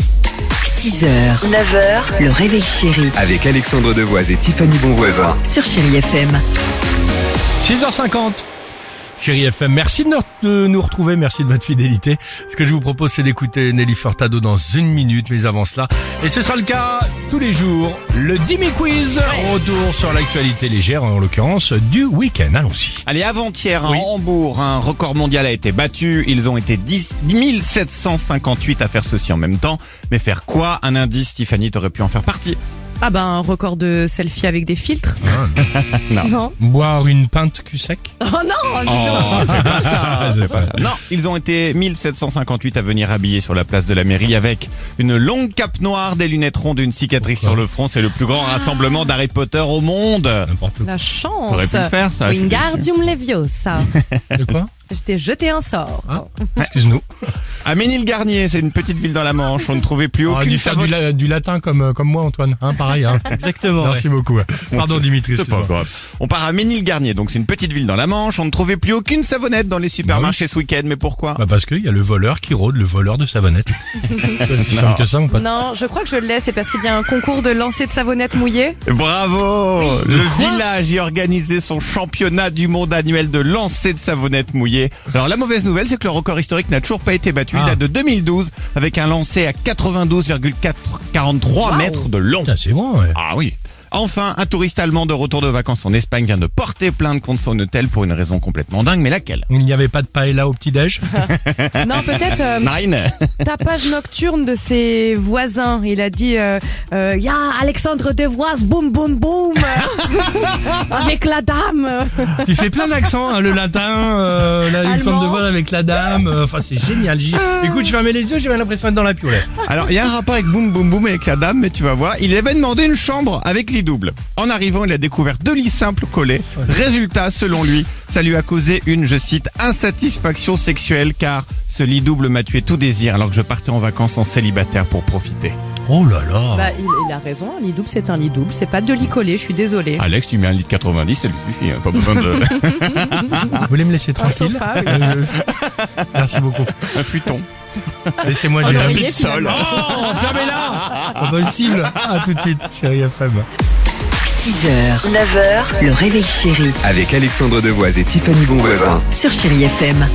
6h, 9h, le réveil chéri Avec Alexandre Devoise et Tiffany Bonvoisin. sur Chérie FM. 6h50. Chérie FM, merci de nous, de nous retrouver, merci de votre fidélité. Ce que je vous propose, c'est d'écouter Nelly Furtado dans une minute, mais avant cela, et ce sera le cas tous les jours, le Dimi Quiz, retour sur l'actualité légère, en l'occurrence, du week-end. Allons-y. Allez, avant-hier, Oui. à Hambourg, un record mondial a été battu. Ils ont été 10 1758 à faire ceci en même temps. Mais faire quoi Un indice, Tiffany, t'aurais pu en faire partie. Ah ben, un record de selfie avec des filtres. Ah, Non. Non. Boire une pinte cul sec Oh non, dis donc. Oh, c'est pas ça, c'est pas ça. Non, ils ont été 1758 à venir habiller sur la place de la mairie avec une longue cape noire, des lunettes rondes, une cicatrice sur le front. C'est le plus grand Ah. rassemblement d'Harry Potter au monde. N'importe quoi. La T'aurais chance. pu le faire, ça, je suis Wingardium Leviosa. De quoi Je t'ai jeté un sort. Ah, Excuse-nous. À Ménil-Garnier, c'est une petite ville dans la Manche. On ne trouvait plus On aurait aucune dû faire savonnerie. du, la- du latin comme, euh, comme moi, Antoine. Hein, pareil. Hein. Exactement. Merci beaucoup. Pardon, Dimitri. C'est pas excuse-moi. grave. On part à Ménil-Garnier, donc c'est une petite ville dans la Manche. On ne trouvait plus aucune savonnette dans les supermarchés ce week-end, mais pourquoi Bah parce qu'il y a le voleur qui rôde, le voleur de savonnette. C'est aussi simple que ça, mon pote. Non, je crois que je le laisse, c'est parce qu'il y a un concours de lancer de savonnette mouillée. Bravo Le village y organisait son championnat du monde annuel de lancer de savonnette mouillée. Alors la mauvaise nouvelle, c'est que le record historique n'a toujours pas été battu. Ah. Il date de 2012, avec un lancer à 92,43 mètres de long. Putain, c'est bon, ouais. Ah oui Enfin, un touriste allemand de retour de vacances en Espagne vient de porter plainte contre son hôtel pour une raison complètement dingue, mais laquelle Il n'y avait pas de paella au petit-déj Non, peut-être euh, Marine tapage nocturne de ses voisins. Il a dit, euh, euh, ya Alexandre Devoise, boum boum boum, avec la dame. Oh. Tu fais plein d'accents, hein, le latin, euh, la- Alexandre Allemand. de Voile avec la dame. euh, Enfin, c'est génial. J- Écoute, je fermais les yeux, j'ai bien l'impression d'être dans la pioulette. Alors, il y a un rapport avec Boum Boum Boum avec la dame, mais tu vas voir. Il avait demandé une chambre avec lit double. En arrivant, il a découvert deux lits simples collés. Résultat, selon lui, ça lui a causé une, je cite, insatisfaction sexuelle car ce lit double m'a tué tout désir alors que je partais en vacances en célibataire pour profiter. Oh là là. Bah, il, il a raison, un lit double, c'est un lit double, c'est pas de lit collé, je suis désolée. Alex, tu mets un lit de 90, ça lui suffit. hein, Pas besoin de. Vous voulez me laisser Ah, tranquille sofa, oui. Euh, Merci beaucoup. un futon. Laissez-moi Un gérer. oreiller, Habit de sol. finalement. Oh, fermez-la Pas possible. À Ah, tout de suite, chérie FM. 6h, 9h, le réveil chéri Avec Alexandre Devoise et Tiffany Bonvoisin. sur Chérie FM.